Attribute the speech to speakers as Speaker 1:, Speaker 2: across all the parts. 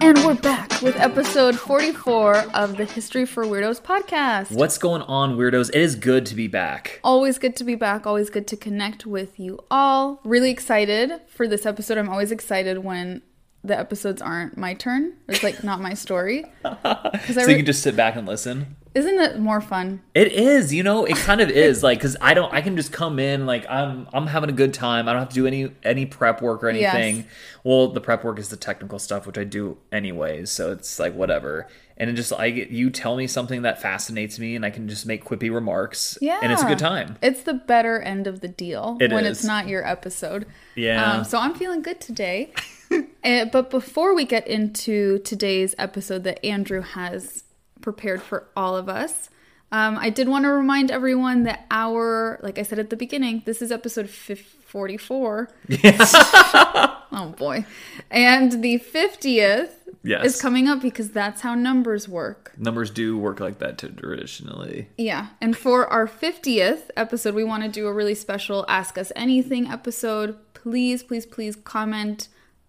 Speaker 1: And we're back with episode 44 of the History for Weirdos podcast.
Speaker 2: What's going on, weirdos? It is good to be back.
Speaker 1: Always good to be back. Always good to connect with you all. Really excited for this episode. I'm always excited when the episodes aren't my turn. It's like not my story. 'Cause I
Speaker 2: So you
Speaker 1: re-
Speaker 2: can just sit back and listen.
Speaker 1: isn't it more fun?
Speaker 2: It is, you know, it kind of is like cuz I don't I can just come in like I'm I'm having a good time. I don't have to do any any prep work or
Speaker 1: Yes.
Speaker 2: anything. Well, the prep work is the technical stuff which I do anyways, so it's like whatever. And it just I get you tell me something that fascinates me and I can just make quippy remarks
Speaker 1: Yeah,
Speaker 2: and it's a good time.
Speaker 1: It's the better end of the deal
Speaker 2: It
Speaker 1: when
Speaker 2: is.
Speaker 1: it's not your episode.
Speaker 2: Yeah.
Speaker 1: Um, so I'm feeling good today. Uh, but before we get into today's episode that Andrew has prepared for all of us, um, I did want to remind everyone that our, like I said at the beginning, this is episode 5- 44. oh boy. And the 50th
Speaker 2: Yes.
Speaker 1: is coming up because that's how numbers work.
Speaker 2: Numbers do work like that traditionally.
Speaker 1: Yeah. And for our 50th episode, we want to do a really special Ask Us Anything episode. Please, please, please comment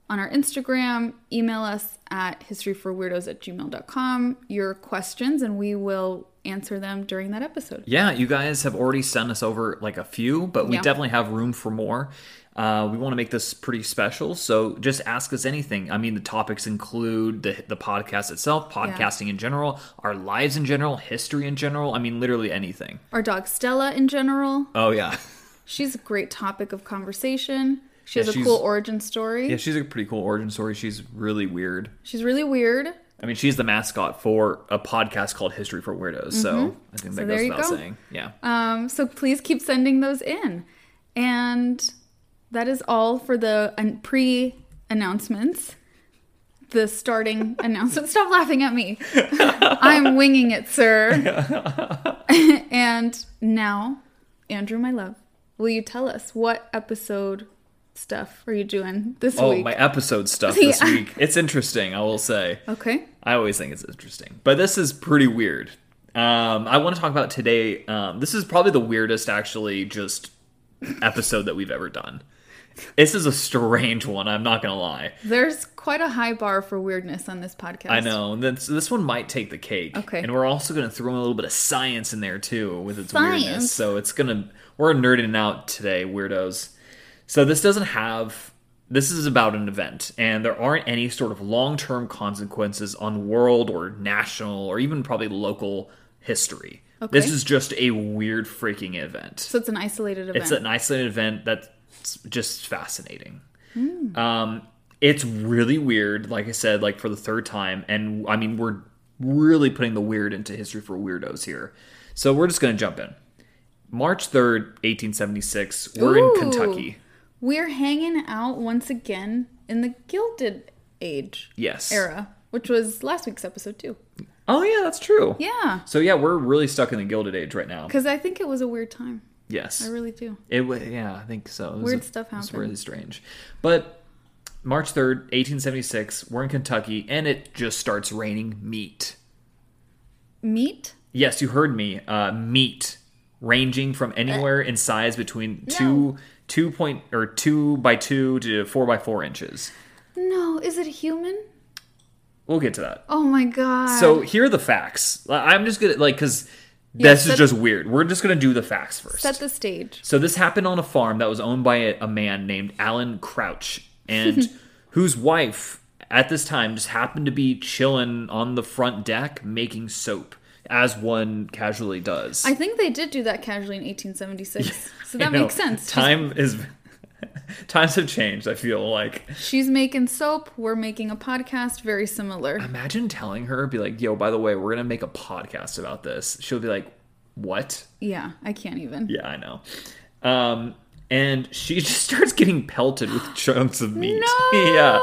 Speaker 1: on our Instagram. Email us at historyforweirdos at gmail.com your questions, and we will answer them during that episode.
Speaker 2: Yeah, you guys have already sent us over like a few, but we
Speaker 1: Yeah.
Speaker 2: definitely have room for more. Uh, we want to make this pretty special, so just ask us anything. I mean, the topics include the the podcast itself, podcasting in general, our lives in general, history in general. I mean, literally anything.
Speaker 1: Our dog Stella, in general,
Speaker 2: Oh yeah,
Speaker 1: she's a great topic of conversation. She
Speaker 2: Yeah,
Speaker 1: has a
Speaker 2: she's-
Speaker 1: cool origin story.
Speaker 2: yeah. She's a pretty cool origin story. She's really weird.
Speaker 1: She's really weird.
Speaker 2: I mean, she's the mascot for a podcast called History for Weirdos. So I think that
Speaker 1: Mm-hmm. there
Speaker 2: goes
Speaker 1: you
Speaker 2: without
Speaker 1: go.
Speaker 2: saying. Yeah.
Speaker 1: Um, so please keep sending those in. And that is all for the un- pre announcements. The starting announcement. Stop laughing at me. I'm winging it, sir. and now, Andrew, my love, will you tell us what episode stuff are you doing this
Speaker 2: Oh,
Speaker 1: week?
Speaker 2: my episode stuff this
Speaker 1: Yeah.
Speaker 2: week. It's interesting, I will say.
Speaker 1: okay.
Speaker 2: I always think it's interesting, but this is pretty weird. Um, I want to talk about today. Um, this is probably the weirdest, actually, just episode that we've ever done. This is a strange one. I'm not gonna lie.
Speaker 1: There's quite a high bar for weirdness on this podcast.
Speaker 2: I know this. This one might take the cake.
Speaker 1: Okay.
Speaker 2: And we're also gonna throw in a little bit of science in there too, with its weirdness.
Speaker 1: Science?
Speaker 2: So it's gonna. We're nerding out today, weirdos. So this doesn't have. This is about an event, and there aren't any sort of long-term consequences on world or national or even probably local history. This
Speaker 1: Okay.
Speaker 2: is just a weird freaking event.
Speaker 1: So it's an isolated event.
Speaker 2: It's an isolated event that's just fascinating. Um, it's really weird, like I said, like for the third time, and I mean we're really putting the weird into history for weirdos here. So we're just gonna jump in. March third, eighteen seventy six. We're
Speaker 1: Ooh.
Speaker 2: in Kentucky.
Speaker 1: We're hanging out once again in the Gilded Age
Speaker 2: Yes.
Speaker 1: era, which was last week's episode too.
Speaker 2: Oh yeah, that's true.
Speaker 1: Yeah,
Speaker 2: So yeah, we're really stuck in the Gilded Age right now.
Speaker 1: because I think it was a weird time.
Speaker 2: Yes.
Speaker 1: I really do.
Speaker 2: It wa yeah, I think so. It was
Speaker 1: Weird
Speaker 2: a-
Speaker 1: stuff
Speaker 2: It was
Speaker 1: happened.
Speaker 2: really strange, but March third, eighteen seventy six, we're in Kentucky, and it just starts raining meat.
Speaker 1: Meat?
Speaker 2: Yes, you heard me. Uh, meat ranging from anywhere in size between two two point or two by two to four by four inches.
Speaker 1: No, is it human?
Speaker 2: We'll get to that.
Speaker 1: Oh my god.
Speaker 2: So here are the facts. I- I'm just gonna like because this
Speaker 1: set-
Speaker 2: is just weird. We're just gonna do the facts first.
Speaker 1: set the stage.
Speaker 2: So this happened on a farm that was owned by a, a man named Alan Crouch, and whose wife at this time just happened to be chilling on the front deck making soap, as one casually does.
Speaker 1: I think they did do that casually in 1876, so that
Speaker 2: You know,
Speaker 1: makes sense. She's,
Speaker 2: Time is times have changed. I feel like
Speaker 1: she's making soap. We're making a podcast. Very similar.
Speaker 2: imagine telling her, be like, "Yo, by the way, we're gonna make a podcast about this." She'll be like, "What?"
Speaker 1: yeah, I can't even.
Speaker 2: Yeah, I know. Um, and she just starts getting pelted with chunks of meat.
Speaker 1: No!
Speaker 2: yeah,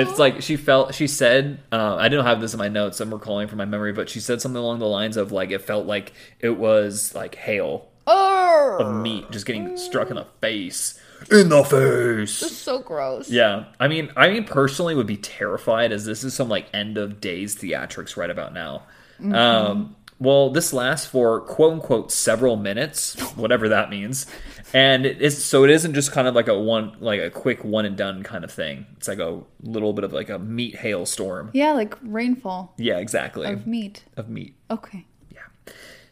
Speaker 2: it's like she felt. She said, uh, "I don't have this in my notes. I'm recalling from my memory, but she said something along the lines of like it felt like it was like hail
Speaker 1: Oh,
Speaker 2: of meat just getting struck in the face, in the face."
Speaker 1: so gross.
Speaker 2: Yeah, I mean, I mean, personally, would be terrified as this is some like end of days theatrics right about now. Um, well, this lasts for quote unquote several minutes, whatever that means, and it is so it isn't just kind of like a one like a quick one and done kind of thing. It's like a little bit of like a meat hailstorm.
Speaker 1: Yeah, like rainfall
Speaker 2: Yeah, exactly
Speaker 1: of meat.
Speaker 2: of meat.
Speaker 1: Okay.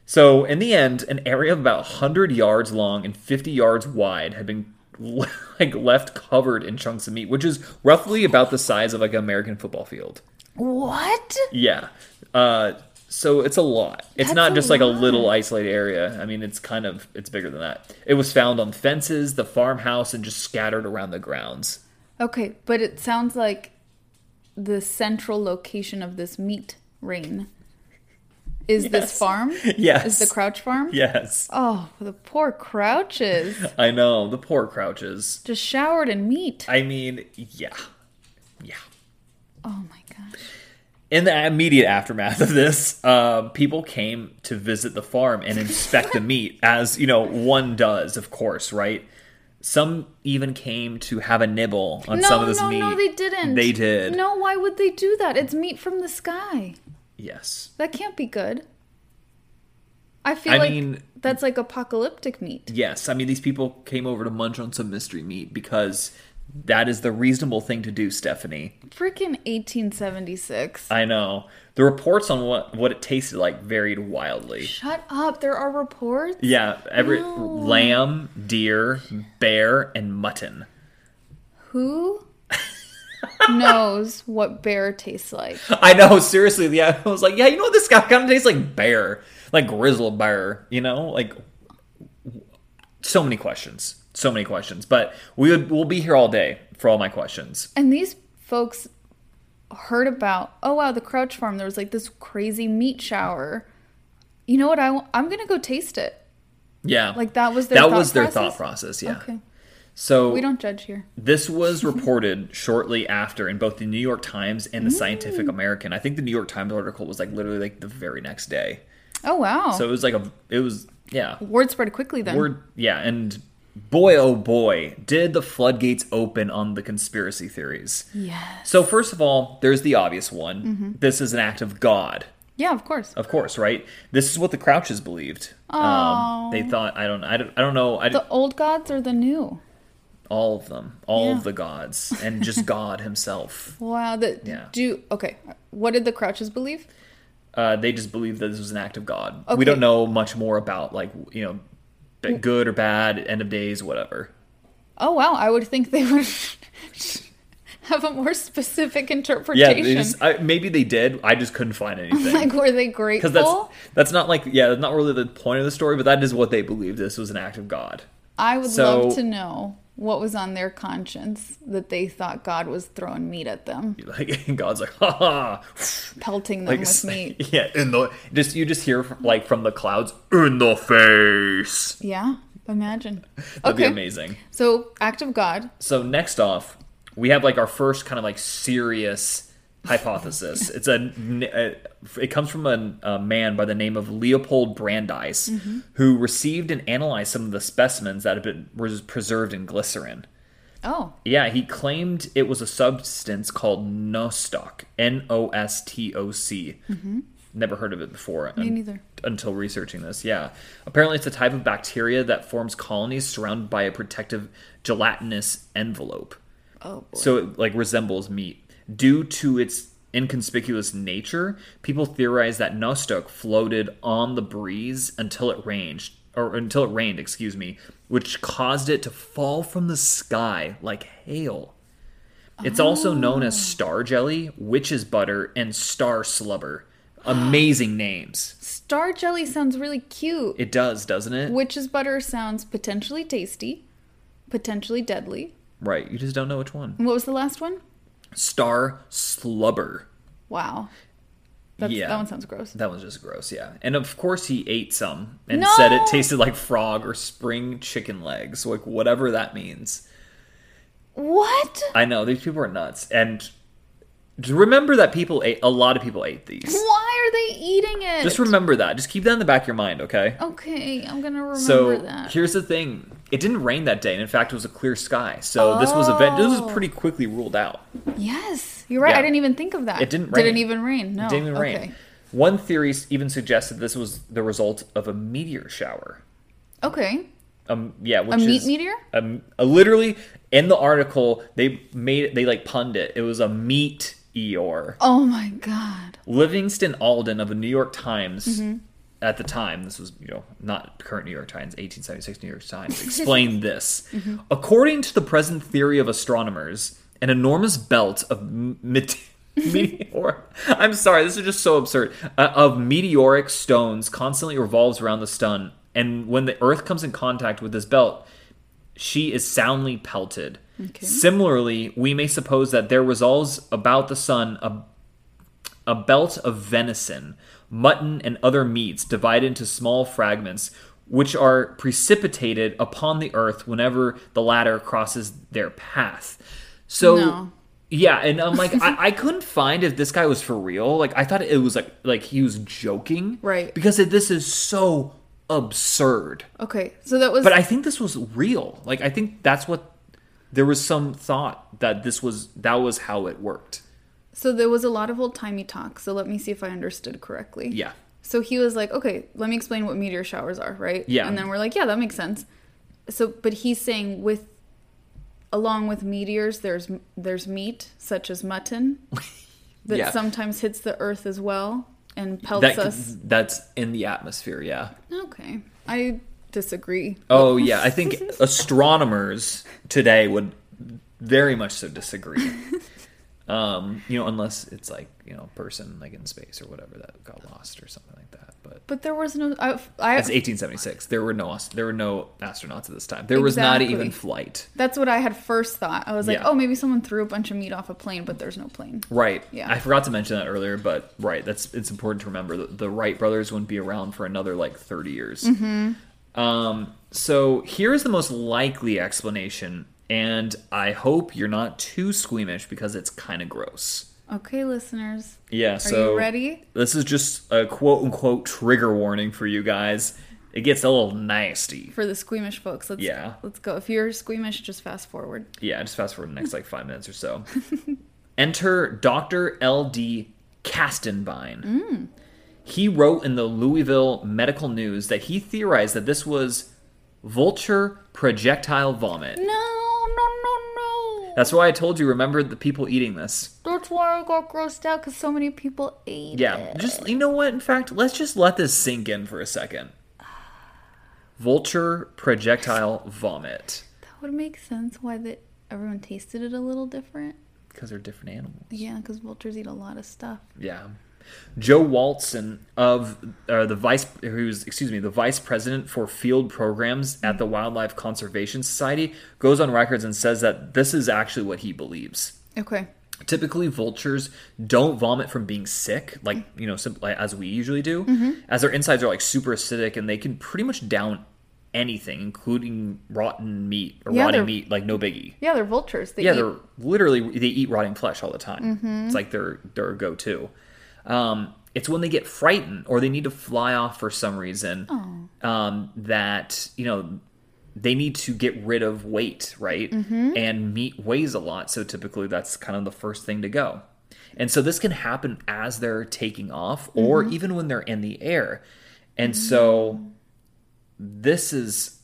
Speaker 2: So, in the end, an area of about 100 yards long and 50 yards wide had been like left covered in chunks of meat, which is roughly about the size of like an American football field.
Speaker 1: What?
Speaker 2: Yeah. Uh, so it's a lot. It's
Speaker 1: That's
Speaker 2: not
Speaker 1: a
Speaker 2: just like a
Speaker 1: lot.
Speaker 2: little isolated area. I mean, it's kind of it's bigger than that. It was found on fences, the farmhouse, and just scattered around the grounds.
Speaker 1: Okay, but it sounds like the central location of this meat rain is this
Speaker 2: Yes.
Speaker 1: farm?
Speaker 2: Yes.
Speaker 1: Is the Crouch farm?
Speaker 2: Yes,
Speaker 1: Oh, the poor Crouches.
Speaker 2: I know the poor crouches.
Speaker 1: Just showered in meat.
Speaker 2: I mean, yeah, yeah.
Speaker 1: Oh my gosh.
Speaker 2: in the immediate aftermath of this, uh, people came to visit the farm and inspect the meat, as you know one does, of course, right? Some even came to have a nibble on
Speaker 1: No,
Speaker 2: some of this
Speaker 1: no,
Speaker 2: meat.
Speaker 1: no, they didn't.
Speaker 2: They did.
Speaker 1: No, why would they do that? It's meat from the sky.
Speaker 2: Yes.
Speaker 1: That can't be good. I feel
Speaker 2: I
Speaker 1: like
Speaker 2: mean-
Speaker 1: that's like apocalyptic meat.
Speaker 2: Yes. I mean, these people came over to munch on some mystery meat because that is the reasonable thing to do, Stephanie.
Speaker 1: Freaking 1876.
Speaker 2: I know. The reports on what what it tasted like varied wildly.
Speaker 1: Shut up. There are reports.
Speaker 2: Yeah, every
Speaker 1: No.
Speaker 2: lamb, deer, bear, and mutton.
Speaker 1: Who knows what bear tastes like?
Speaker 2: I know, seriously. Yeah, I was like, yeah, you know what? This guy kind of tastes like bear, like grizzle bear. You know, like w- so many questions, so many questions. But we would we'll be here all day for all my questions.
Speaker 1: And these folks heard about, oh wow, the Crouch Farm, there was like this crazy meat shower. You know what? I w- I'm going to go taste it.
Speaker 2: Yeah,
Speaker 1: Like that was their
Speaker 2: that
Speaker 1: thought
Speaker 2: was their
Speaker 1: process?
Speaker 2: thought process. Yeah.
Speaker 1: Okay.
Speaker 2: So
Speaker 1: We don't judge here.
Speaker 2: This was reported shortly after in both the New York Times and the
Speaker 1: Mm.
Speaker 2: Scientific American. I think the New York Times article was like literally like the very next day.
Speaker 1: Oh wow.
Speaker 2: So it was like a it was yeah.
Speaker 1: Word spread quickly then.
Speaker 2: We're yeah, and boy oh boy, did the floodgates open on the conspiracy theories.
Speaker 1: Yes.
Speaker 2: So first of all, there's the obvious one.
Speaker 1: Mm-hmm.
Speaker 2: This is an act of God,
Speaker 1: Yeah, of course.
Speaker 2: of course, right? This is what the Crouches believed. Um,
Speaker 1: Oh.
Speaker 2: they thought I don't I don't, I don't know I,
Speaker 1: The old gods or the new?
Speaker 2: all of them, all
Speaker 1: Yeah.
Speaker 2: of the gods, and just God himself.
Speaker 1: Wow. The,
Speaker 2: Yeah.
Speaker 1: Do okay. What did the Crouches believe?
Speaker 2: Uh, they just believed that this was an act of God.
Speaker 1: Okay.
Speaker 2: We don't know much more about like you know, b- good or bad, end of days, whatever.
Speaker 1: Oh wow. I would think they would have a more specific
Speaker 2: Yeah,
Speaker 1: interpretation.
Speaker 2: they just, I, maybe they did. I just couldn't find anything.
Speaker 1: like were they
Speaker 2: because
Speaker 1: grateful?
Speaker 2: that's that's not like yeah that's not really the point of the story but that is what they believed this was an act of god
Speaker 1: I would
Speaker 2: So-
Speaker 1: love to know what was on their conscience that they thought God was throwing meat at them,
Speaker 2: like god's like ha ha
Speaker 1: pelting them
Speaker 2: like
Speaker 1: with meat.
Speaker 2: yeah in the just you just hear from, like from the clouds in the face
Speaker 1: Yeah. Imagine.
Speaker 2: that'd be
Speaker 1: okay.
Speaker 2: amazing
Speaker 1: So act of God.
Speaker 2: so next off we have like our first kind of like serious hypothesis it's a it comes from a, a man by the name of leopold brandeis who received and analyzed some of the specimens that had been was preserved in glycerin
Speaker 1: Oh.
Speaker 2: Yeah, he claimed it was a substance called nostoc, N O S T O C. Never heard of it before.
Speaker 1: Mm-hmm. Me
Speaker 2: un-
Speaker 1: neither.
Speaker 2: Until researching this, yeah. Apparently, it's a type of bacteria that forms colonies surrounded by a protective gelatinous envelope.
Speaker 1: Oh boy.
Speaker 2: So it like resembles meat. Due to its inconspicuous nature, people theorize that Nostoc floated on the breeze until it rained, or until it rained, excuse me, which caused it to fall from the sky like hail. It's also known as star jelly, witch's butter, and star slubber. Amazing names.
Speaker 1: Star jelly sounds really cute.
Speaker 2: It does, doesn't it?
Speaker 1: Witch's butter sounds potentially tasty, potentially deadly.
Speaker 2: right. You just don't know which one.
Speaker 1: And what was the last one?
Speaker 2: Star slubber.
Speaker 1: Wow. That's,
Speaker 2: Yeah.
Speaker 1: That one sounds gross.
Speaker 2: That was just gross, yeah. And of course, he ate some and
Speaker 1: No!
Speaker 2: said it tasted like frog or spring chicken legs, like whatever that means.
Speaker 1: What?
Speaker 2: I know these people are nuts, and just remember that people ate a lot of people ate these.
Speaker 1: Why are they eating it?
Speaker 2: Just remember that. Just keep that in the back of your mind, okay?
Speaker 1: Okay, I'm gonna remember
Speaker 2: So
Speaker 1: that.
Speaker 2: here's the thing: it didn't rain that day, and in fact, it was a clear sky. So this was a ve- this
Speaker 1: Oh.
Speaker 2: was pretty quickly ruled out.
Speaker 1: yes, you're right.
Speaker 2: Yeah.
Speaker 1: I didn't even think of that.
Speaker 2: It didn't rain.
Speaker 1: Didn't even rain. No.
Speaker 2: It didn't even rain.
Speaker 1: Okay.
Speaker 2: One theory s- even suggested this was the result of a meteor shower.
Speaker 1: Okay.
Speaker 2: Um, yeah, which
Speaker 1: A meat
Speaker 2: is-
Speaker 1: meteor?
Speaker 2: Um, uh, literally in the article they made it. They like punned it. It was a meat Eeyore.
Speaker 1: Oh my god.
Speaker 2: Livingston Alden of the New York Times at the time, this was, you know, not current New York Times, 1876 New York Times, explained this. According to the present theory of astronomers, an enormous belt of m- mete- meteor. I'm sorry, this is just so absurd. Uh, of meteoric stones constantly revolves around the sun, and when the Earth comes in contact with this belt, she is soundly pelted.
Speaker 1: Okay.
Speaker 2: Similarly, we may suppose that there resolves about the sun a a belt of venison, mutton, and other meats divided into small fragments, which are precipitated upon the earth whenever the latter crosses their path. So,
Speaker 1: No.
Speaker 2: yeah, and I'm like, I, I couldn't find if this guy was for real. Like, I thought it was like like he was joking,
Speaker 1: Right.
Speaker 2: Because it, this is so absurd.
Speaker 1: Okay. So that was.
Speaker 2: But I think this was real. Like, I think that's what there was some thought that this was that was how it worked.
Speaker 1: so there was a lot of old timey talk. So let me see if I understood correctly.
Speaker 2: Yeah.
Speaker 1: So he was like, okay, let me explain what meteor showers are, right?
Speaker 2: Yeah.
Speaker 1: And then we're like, yeah, that makes sense. So, but he's saying with, along with meteors, there's there's meat such as mutton that
Speaker 2: Yeah.
Speaker 1: sometimes hits the earth as well and pelts
Speaker 2: that,
Speaker 1: us.
Speaker 2: That's in the atmosphere, yeah.
Speaker 1: Okay, I disagree.
Speaker 2: Oh, yeah. I think astronomers today would very much so disagree. Um, you know, unless it's like, you know, person like in space or whatever that got lost or something like that. But
Speaker 1: But there was no. I, I
Speaker 2: it's 1876. There were no ast- there were no astronauts at this time. There was not
Speaker 1: Exactly.
Speaker 2: even flight.
Speaker 1: that's what I had first thought. I was like,
Speaker 2: Yeah.
Speaker 1: oh, maybe someone threw a bunch of meat off a plane, but there's no plane.
Speaker 2: Right.
Speaker 1: Yeah.
Speaker 2: I forgot to mention that earlier, but right, that's it's important to remember that the Wright brothers wouldn't be around for another like 30 years.
Speaker 1: Mm-hmm.
Speaker 2: Um, so here's the most likely explanation, and I hope you're not too squeamish because it's kind of gross.
Speaker 1: Okay, listeners,
Speaker 2: Yeah.
Speaker 1: are
Speaker 2: so
Speaker 1: you ready?
Speaker 2: This is just a quote unquote trigger warning for you guys. It gets a little nasty.
Speaker 1: For the squeamish folks, let's
Speaker 2: Yeah.
Speaker 1: let's go. If you're squeamish, just fast forward.
Speaker 2: Yeah, just fast forward the next like five minutes or so. Enter Dr. L.D. Castenbein. He wrote in the Louisville Medical News that he theorized that this was vulture projectile vomit.
Speaker 1: No, no, no, no.
Speaker 2: That's why I told you, remember the people eating this.
Speaker 1: That's why I got grossed out because so many people ate
Speaker 2: Yeah,
Speaker 1: it.
Speaker 2: just, you know what? In fact, let's just let this sink in for a second. Vulture projectile vomit.
Speaker 1: That would make sense why that everyone tasted it a little different.
Speaker 2: Because they're different animals.
Speaker 1: Yeah, because vultures eat a lot of stuff.
Speaker 2: Yeah. Joe Walton of uh, the vice, who's excuse me, the vice president for field programs at the Wildlife Conservation Society, goes on records and says that this is actually what he believes.
Speaker 1: Okay.
Speaker 2: Typically, vultures don't vomit from being sick, like you know, simply as we usually do,
Speaker 1: Mm-hmm.
Speaker 2: as their insides are like super acidic and they can pretty much down anything, including rotten meat or
Speaker 1: Yeah,
Speaker 2: rotting
Speaker 1: they're-
Speaker 2: meat, like no biggie.
Speaker 1: Yeah, they're vultures. They
Speaker 2: Yeah,
Speaker 1: eat Mm-hmm.
Speaker 2: they're literally they eat rotting flesh all the time. It's like their their go to. Um, it's when they get frightened or they need to fly off for some reason
Speaker 1: Oh.
Speaker 2: um, that you know they need to get rid of weight, right?
Speaker 1: Mm-hmm.
Speaker 2: And meat weighs a lot, so typically that's kind of the first thing to go. And so this can happen as they're taking off or
Speaker 1: Mm-hmm.
Speaker 2: even when they're in the air. And so this is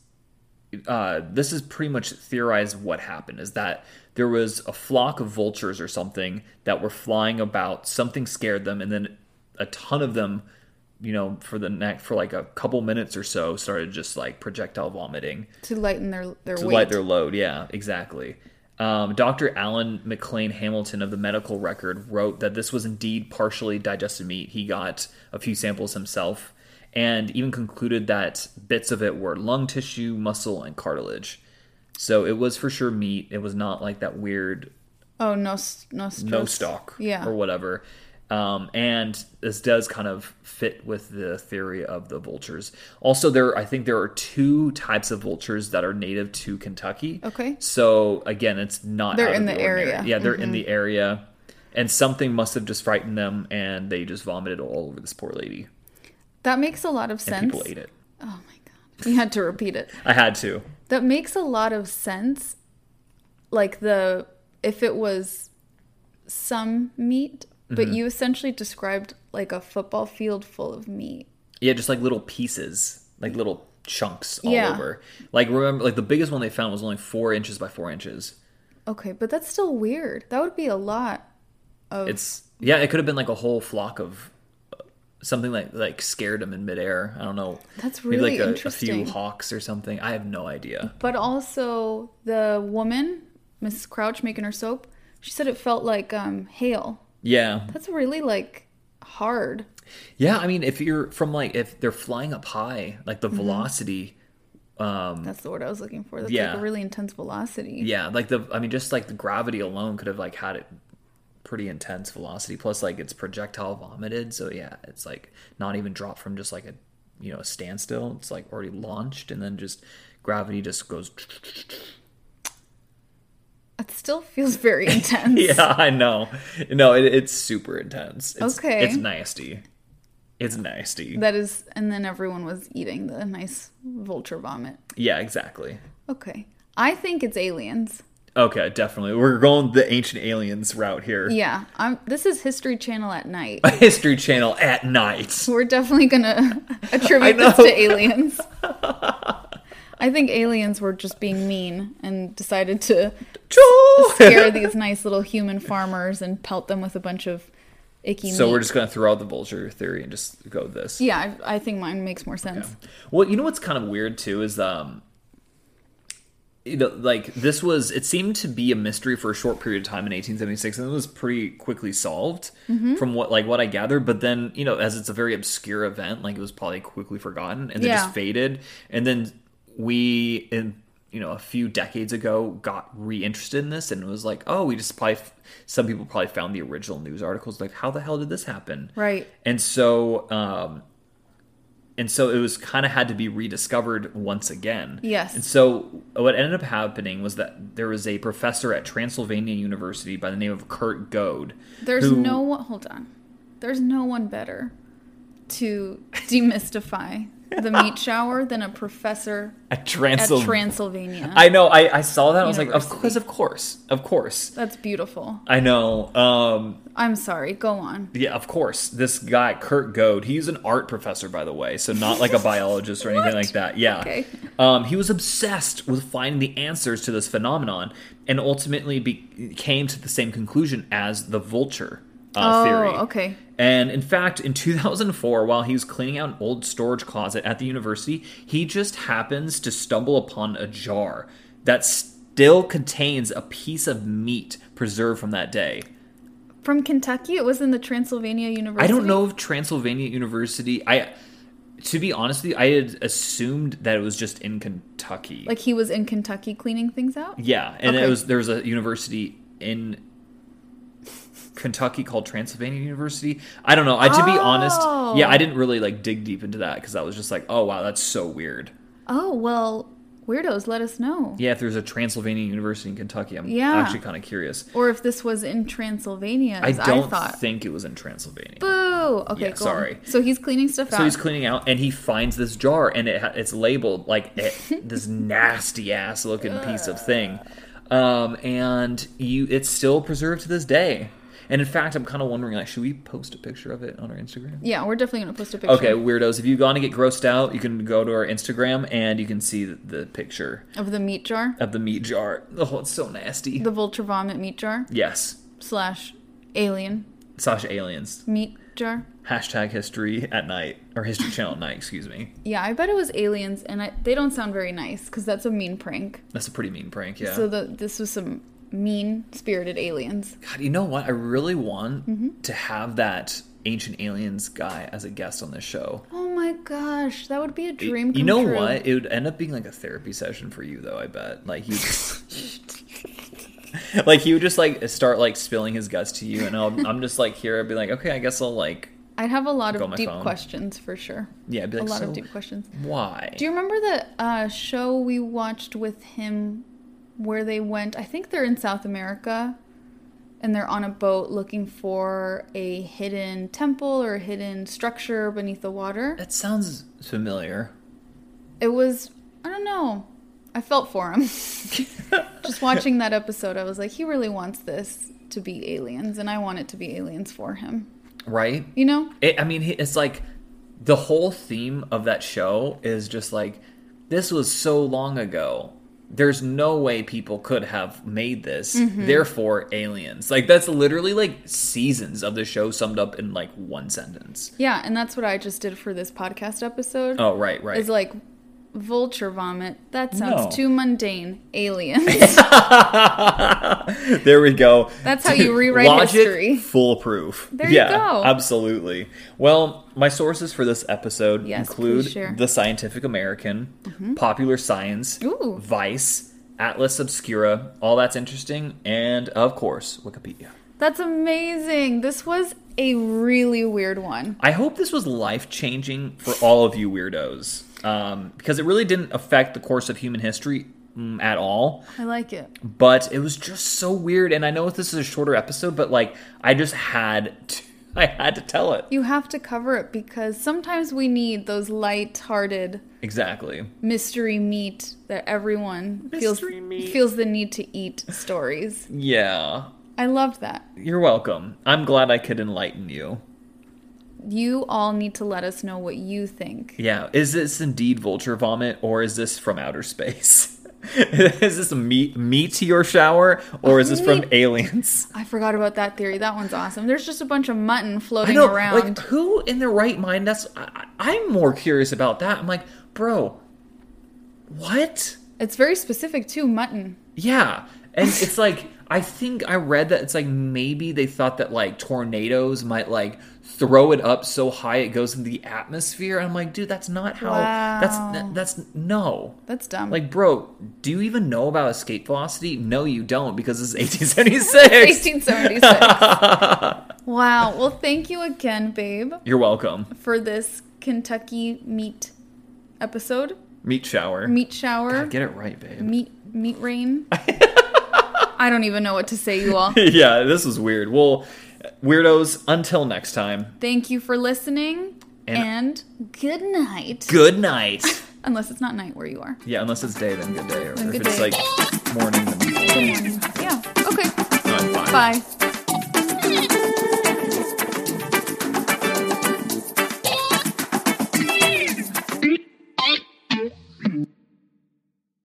Speaker 2: uh, this is pretty much theorized what happened is that there was a flock of vultures or something that were flying about something scared them and then a ton of them you know for the neck for like a couple minutes or so started just like projectile vomiting
Speaker 1: to lighten their their
Speaker 2: to
Speaker 1: weight.
Speaker 2: light their load yeah exactly um, dr alan mclean hamilton of the medical record wrote that this was indeed partially digested meat he got a few samples himself and even concluded that bits of it were lung tissue muscle and cartilage so it was for sure meat it was not like that weird
Speaker 1: oh no, s- no,
Speaker 2: no
Speaker 1: strokes.
Speaker 2: stock
Speaker 1: Yeah.
Speaker 2: or whatever Um, and this does kind of fit with the theory of the vultures. Also, there I think there are two types of vultures that are native to Kentucky.
Speaker 1: Okay.
Speaker 2: So again, it's not
Speaker 1: They're
Speaker 2: out of
Speaker 1: in the
Speaker 2: ordinary.
Speaker 1: area. Mm-hmm.
Speaker 2: Yeah, they're in the area, and something must have just frightened them, and they just vomited all over this poor lady.
Speaker 1: That makes a lot of sense.
Speaker 2: People ate it.
Speaker 1: Oh my god. You had to repeat it.
Speaker 2: I had to.
Speaker 1: That makes a lot of sense. Like the if it was some meat, but
Speaker 2: Mm-hmm.
Speaker 1: you essentially described like a football field full of meat.
Speaker 2: Yeah, just like little pieces, like little chunks all
Speaker 1: Yeah.
Speaker 2: over. Like remember, like the biggest one they found was only four inches by four inches.
Speaker 1: Okay, but that's still weird. That would be a lot.
Speaker 2: It's yeah, it could have been like a whole flock of uh, something like like scared them in midair. I don't know.
Speaker 1: That's
Speaker 2: Maybe
Speaker 1: really
Speaker 2: like a, a
Speaker 1: interesting.
Speaker 2: few hawks or something. I have no idea.
Speaker 1: But also the woman, Mrs. Crouch making her soap, she said it felt like um hail.
Speaker 2: Yeah,
Speaker 1: That's really like hard.
Speaker 2: yeah. I mean, if you're from like if they're flying up high, like
Speaker 1: Mm-hmm.
Speaker 2: the velocity. Um,
Speaker 1: That's the word I was looking for. That's like
Speaker 2: Yeah.
Speaker 1: a really intense velocity.
Speaker 2: yeah, like the I mean, just like the gravity alone could have like had it pretty intense velocity. Plus, like it's projectile vomited, so yeah, it's like not even dropped from just like a you know a standstill. It's like already launched, and then just gravity just goes.
Speaker 1: It still feels very intense.
Speaker 2: Yeah, I know. No, it, it's super intense. It's,
Speaker 1: Okay.
Speaker 2: it's nasty. It's nasty.
Speaker 1: That is, and then everyone was eating the nice vulture vomit.
Speaker 2: Yeah, exactly.
Speaker 1: Okay. I think it's aliens.
Speaker 2: Okay, definitely. We're going the ancient aliens route here.
Speaker 1: Yeah. I'm, this is History Channel at night.
Speaker 2: History Channel at night.
Speaker 1: We're definitely going to attribute
Speaker 2: I
Speaker 1: this to
Speaker 2: know.
Speaker 1: aliens. I think aliens were just being mean and decided to scare these nice little human farmers and pelt them with a bunch of icky
Speaker 2: So
Speaker 1: meat.
Speaker 2: we're just gonna throw out the vulture theory and just go with this.
Speaker 1: yeah, I, I think mine makes more sense.
Speaker 2: Well, you know what's kind of weird too is um you know like this was it seemed to be a mystery for a short period of time in 1876 and it was pretty quickly solved from what like what I gathered but then you know as it's a very obscure event like it was probably quickly forgotten and then
Speaker 1: Yeah.
Speaker 2: just faded and then we in you know a few decades ago got reinterested in this and it was like oh we just probably f- some people probably found the original news articles like how the hell did this happen
Speaker 1: Right.
Speaker 2: and so um and so it was kind of had to be rediscovered once again
Speaker 1: Yes.
Speaker 2: and so what ended up happening was that there was a professor at transylvania university by the name of kurt goad
Speaker 1: There's
Speaker 2: who-
Speaker 1: no one. Hold on. There's no one better to demystify the meat shower than a professor
Speaker 2: at
Speaker 1: at
Speaker 2: transylvania
Speaker 1: Transylvania.
Speaker 2: i know I, I saw that i was like of
Speaker 1: University.
Speaker 2: course of course of course
Speaker 1: That's beautiful.
Speaker 2: i know um
Speaker 1: I'm sorry. Go on.
Speaker 2: Yeah, of course. This guy, Kurt Goad, he's an art professor, by the way, so not like a biologist or anything like that. Yeah.
Speaker 1: Okay.
Speaker 2: Um, he was obsessed with finding the answers to this phenomenon and ultimately be- came to the same conclusion as the vulture uh,
Speaker 1: oh,
Speaker 2: theory.
Speaker 1: okay.
Speaker 2: And in fact, in 2004, while he was cleaning out an old storage closet at the university, he just happens to stumble upon a jar that still contains a piece of meat preserved from that day.
Speaker 1: From Kentucky, it was in the Transylvania University.
Speaker 2: I don't know if Transylvania University. I, to be honest with you, I had assumed that it was just in Kentucky.
Speaker 1: Like he was in Kentucky cleaning things out.
Speaker 2: yeah, and
Speaker 1: Okay.
Speaker 2: it was there was a university in Kentucky called Transylvania University. I don't know. I to be honest, yeah,
Speaker 1: Oh.
Speaker 2: I didn't really like dig deep into that because I was just like, oh wow, that's so weird.
Speaker 1: Oh well, weirdos, let us know.
Speaker 2: Yeah, if there's a Transylvania University in Kentucky, I'm
Speaker 1: Yeah.
Speaker 2: actually kind of curious.
Speaker 1: Or if this was in Transylvania,
Speaker 2: I
Speaker 1: as I,
Speaker 2: don't
Speaker 1: thought.
Speaker 2: think it was in Transylvania.
Speaker 1: Boo. Okay.
Speaker 2: Yeah,
Speaker 1: go on.
Speaker 2: sorry.
Speaker 1: So he's cleaning stuff out.
Speaker 2: So he's cleaning out, and he finds this jar, and it ha- it's labeled like it, this nasty ass looking piece of thing, um, and you it's still preserved to this day. And in fact, I'm kind of wondering like, should we post a picture of it on our Instagram?
Speaker 1: yeah, we're definitely gonna post a picture
Speaker 2: Okay, weirdos, if you want to get grossed out, you can go to our Instagram and you can see the, the picture
Speaker 1: of the meat jar,
Speaker 2: of the meat jar. Oh, it's so nasty.
Speaker 1: the vulture vomit meat jar.
Speaker 2: yes,
Speaker 1: slash alien
Speaker 2: Sasha aliens.
Speaker 1: meat jar.
Speaker 2: Hashtag history at night or history channel at night. Excuse me.
Speaker 1: Yeah, I bet it was aliens, and I, they don't sound very nice because that's a mean prank.
Speaker 2: That's a pretty mean prank. Yeah.
Speaker 1: So the, this was some mean spirited aliens.
Speaker 2: God, you know what? I really want
Speaker 1: Mm-hmm.
Speaker 2: to have that ancient aliens guy as a guest on this show.
Speaker 1: Oh my gosh, that would be a dream.
Speaker 2: you
Speaker 1: come
Speaker 2: know
Speaker 1: true.
Speaker 2: what? It would end up being like a therapy session for you, though. I bet. Like you, like he would just like start like spilling his guts to you, and I'll, I'm just like here. I'd be like, okay, I guess I'll like
Speaker 1: I'd have a lot
Speaker 2: Go on
Speaker 1: of
Speaker 2: my
Speaker 1: deep
Speaker 2: phone.
Speaker 1: questions for sure.
Speaker 2: yeah. I'd be
Speaker 1: A
Speaker 2: like,
Speaker 1: lot
Speaker 2: so
Speaker 1: of deep questions.
Speaker 2: why?
Speaker 1: Do you remember the uh, show we watched with him where they went? I think they're in South America and they're on a boat looking for a hidden temple or a hidden structure beneath the water.
Speaker 2: that sounds familiar.
Speaker 1: It was, I don't know, I felt for him. Just watching that episode, I was like, he really wants this to be aliens and I want it to be aliens for him.
Speaker 2: right?
Speaker 1: You know?
Speaker 2: It, I mean, it's like the whole theme of that show is just like this was so long ago. There's no way people could have made this. Therefore, aliens. Like that's literally like seasons of the show summed up in like one sentence.
Speaker 1: Yeah, and that's what I just did for this podcast episode.
Speaker 2: Oh, right, right.
Speaker 1: is like vulture vomit. That sounds
Speaker 2: No.
Speaker 1: too mundane. Aliens.
Speaker 2: there we go.
Speaker 1: That's how you rewrite
Speaker 2: Logic,
Speaker 1: history.
Speaker 2: Foolproof.
Speaker 1: There you go.
Speaker 2: Absolutely. Well, my sources for this episode
Speaker 1: Yes,
Speaker 2: include
Speaker 1: please share. Mm-hmm.
Speaker 2: The Scientific American, Popular Science,
Speaker 1: Ooh.
Speaker 2: Vice, Atlas Obscura, all that's interesting, and of course, Wikipedia.
Speaker 1: That's amazing. This was a really weird one.
Speaker 2: I hope this was life changing for all of you weirdos um, because it really didn't affect the course of human history mm, at all.
Speaker 1: I like it.
Speaker 2: but it was just so weird and i know this is a shorter episode but like i just had to i had to tell it
Speaker 1: You have to cover it because sometimes we need those light-hearted
Speaker 2: exactly
Speaker 1: mystery meat that everyone feels
Speaker 2: Mystery meat.
Speaker 1: feels the need to eat stories.
Speaker 2: yeah
Speaker 1: I loved that.
Speaker 2: you're welcome i'm glad i could enlighten you
Speaker 1: You all need to let us know what you think.
Speaker 2: yeah is this indeed vulture vomit or is this from outer space is this a me- meteor shower or is this from
Speaker 1: Me-
Speaker 2: aliens
Speaker 1: I forgot about that theory. That one's awesome. There's just a bunch of mutton floating around.
Speaker 2: Like, who in their right mind? That's I, I- I'm more curious about that. I'm like, bro, what?
Speaker 1: It's very specific too, mutton.
Speaker 2: Yeah. And it's like I think I read that it's like maybe they thought that like tornadoes might like throw it up so high it goes in the atmosphere. I'm like, dude, that's not how
Speaker 1: Wow.
Speaker 2: that's that's no.
Speaker 1: That's dumb.
Speaker 2: Like, bro, do you even know about escape velocity? No, you don't because this is 1876.
Speaker 1: 1876. wow. Well, thank you again, babe,
Speaker 2: You're welcome.
Speaker 1: for this Kentucky meat episode.
Speaker 2: Meat shower.
Speaker 1: Meat shower.
Speaker 2: Get it right, babe.
Speaker 1: meat meat rain. I don't even know what to say, you all.
Speaker 2: yeah, this was weird. Well, weirdos, until next time.
Speaker 1: Thank you for listening. And,
Speaker 2: And-
Speaker 1: good night.
Speaker 2: Good night.
Speaker 1: Unless it's not night where you are.
Speaker 2: yeah, unless it's day, then good day. Or
Speaker 1: Then
Speaker 2: if
Speaker 1: good
Speaker 2: it's
Speaker 1: day.
Speaker 2: like morning, then
Speaker 1: Good morning. Yeah. Okay.
Speaker 2: I'm fine.
Speaker 1: Bye.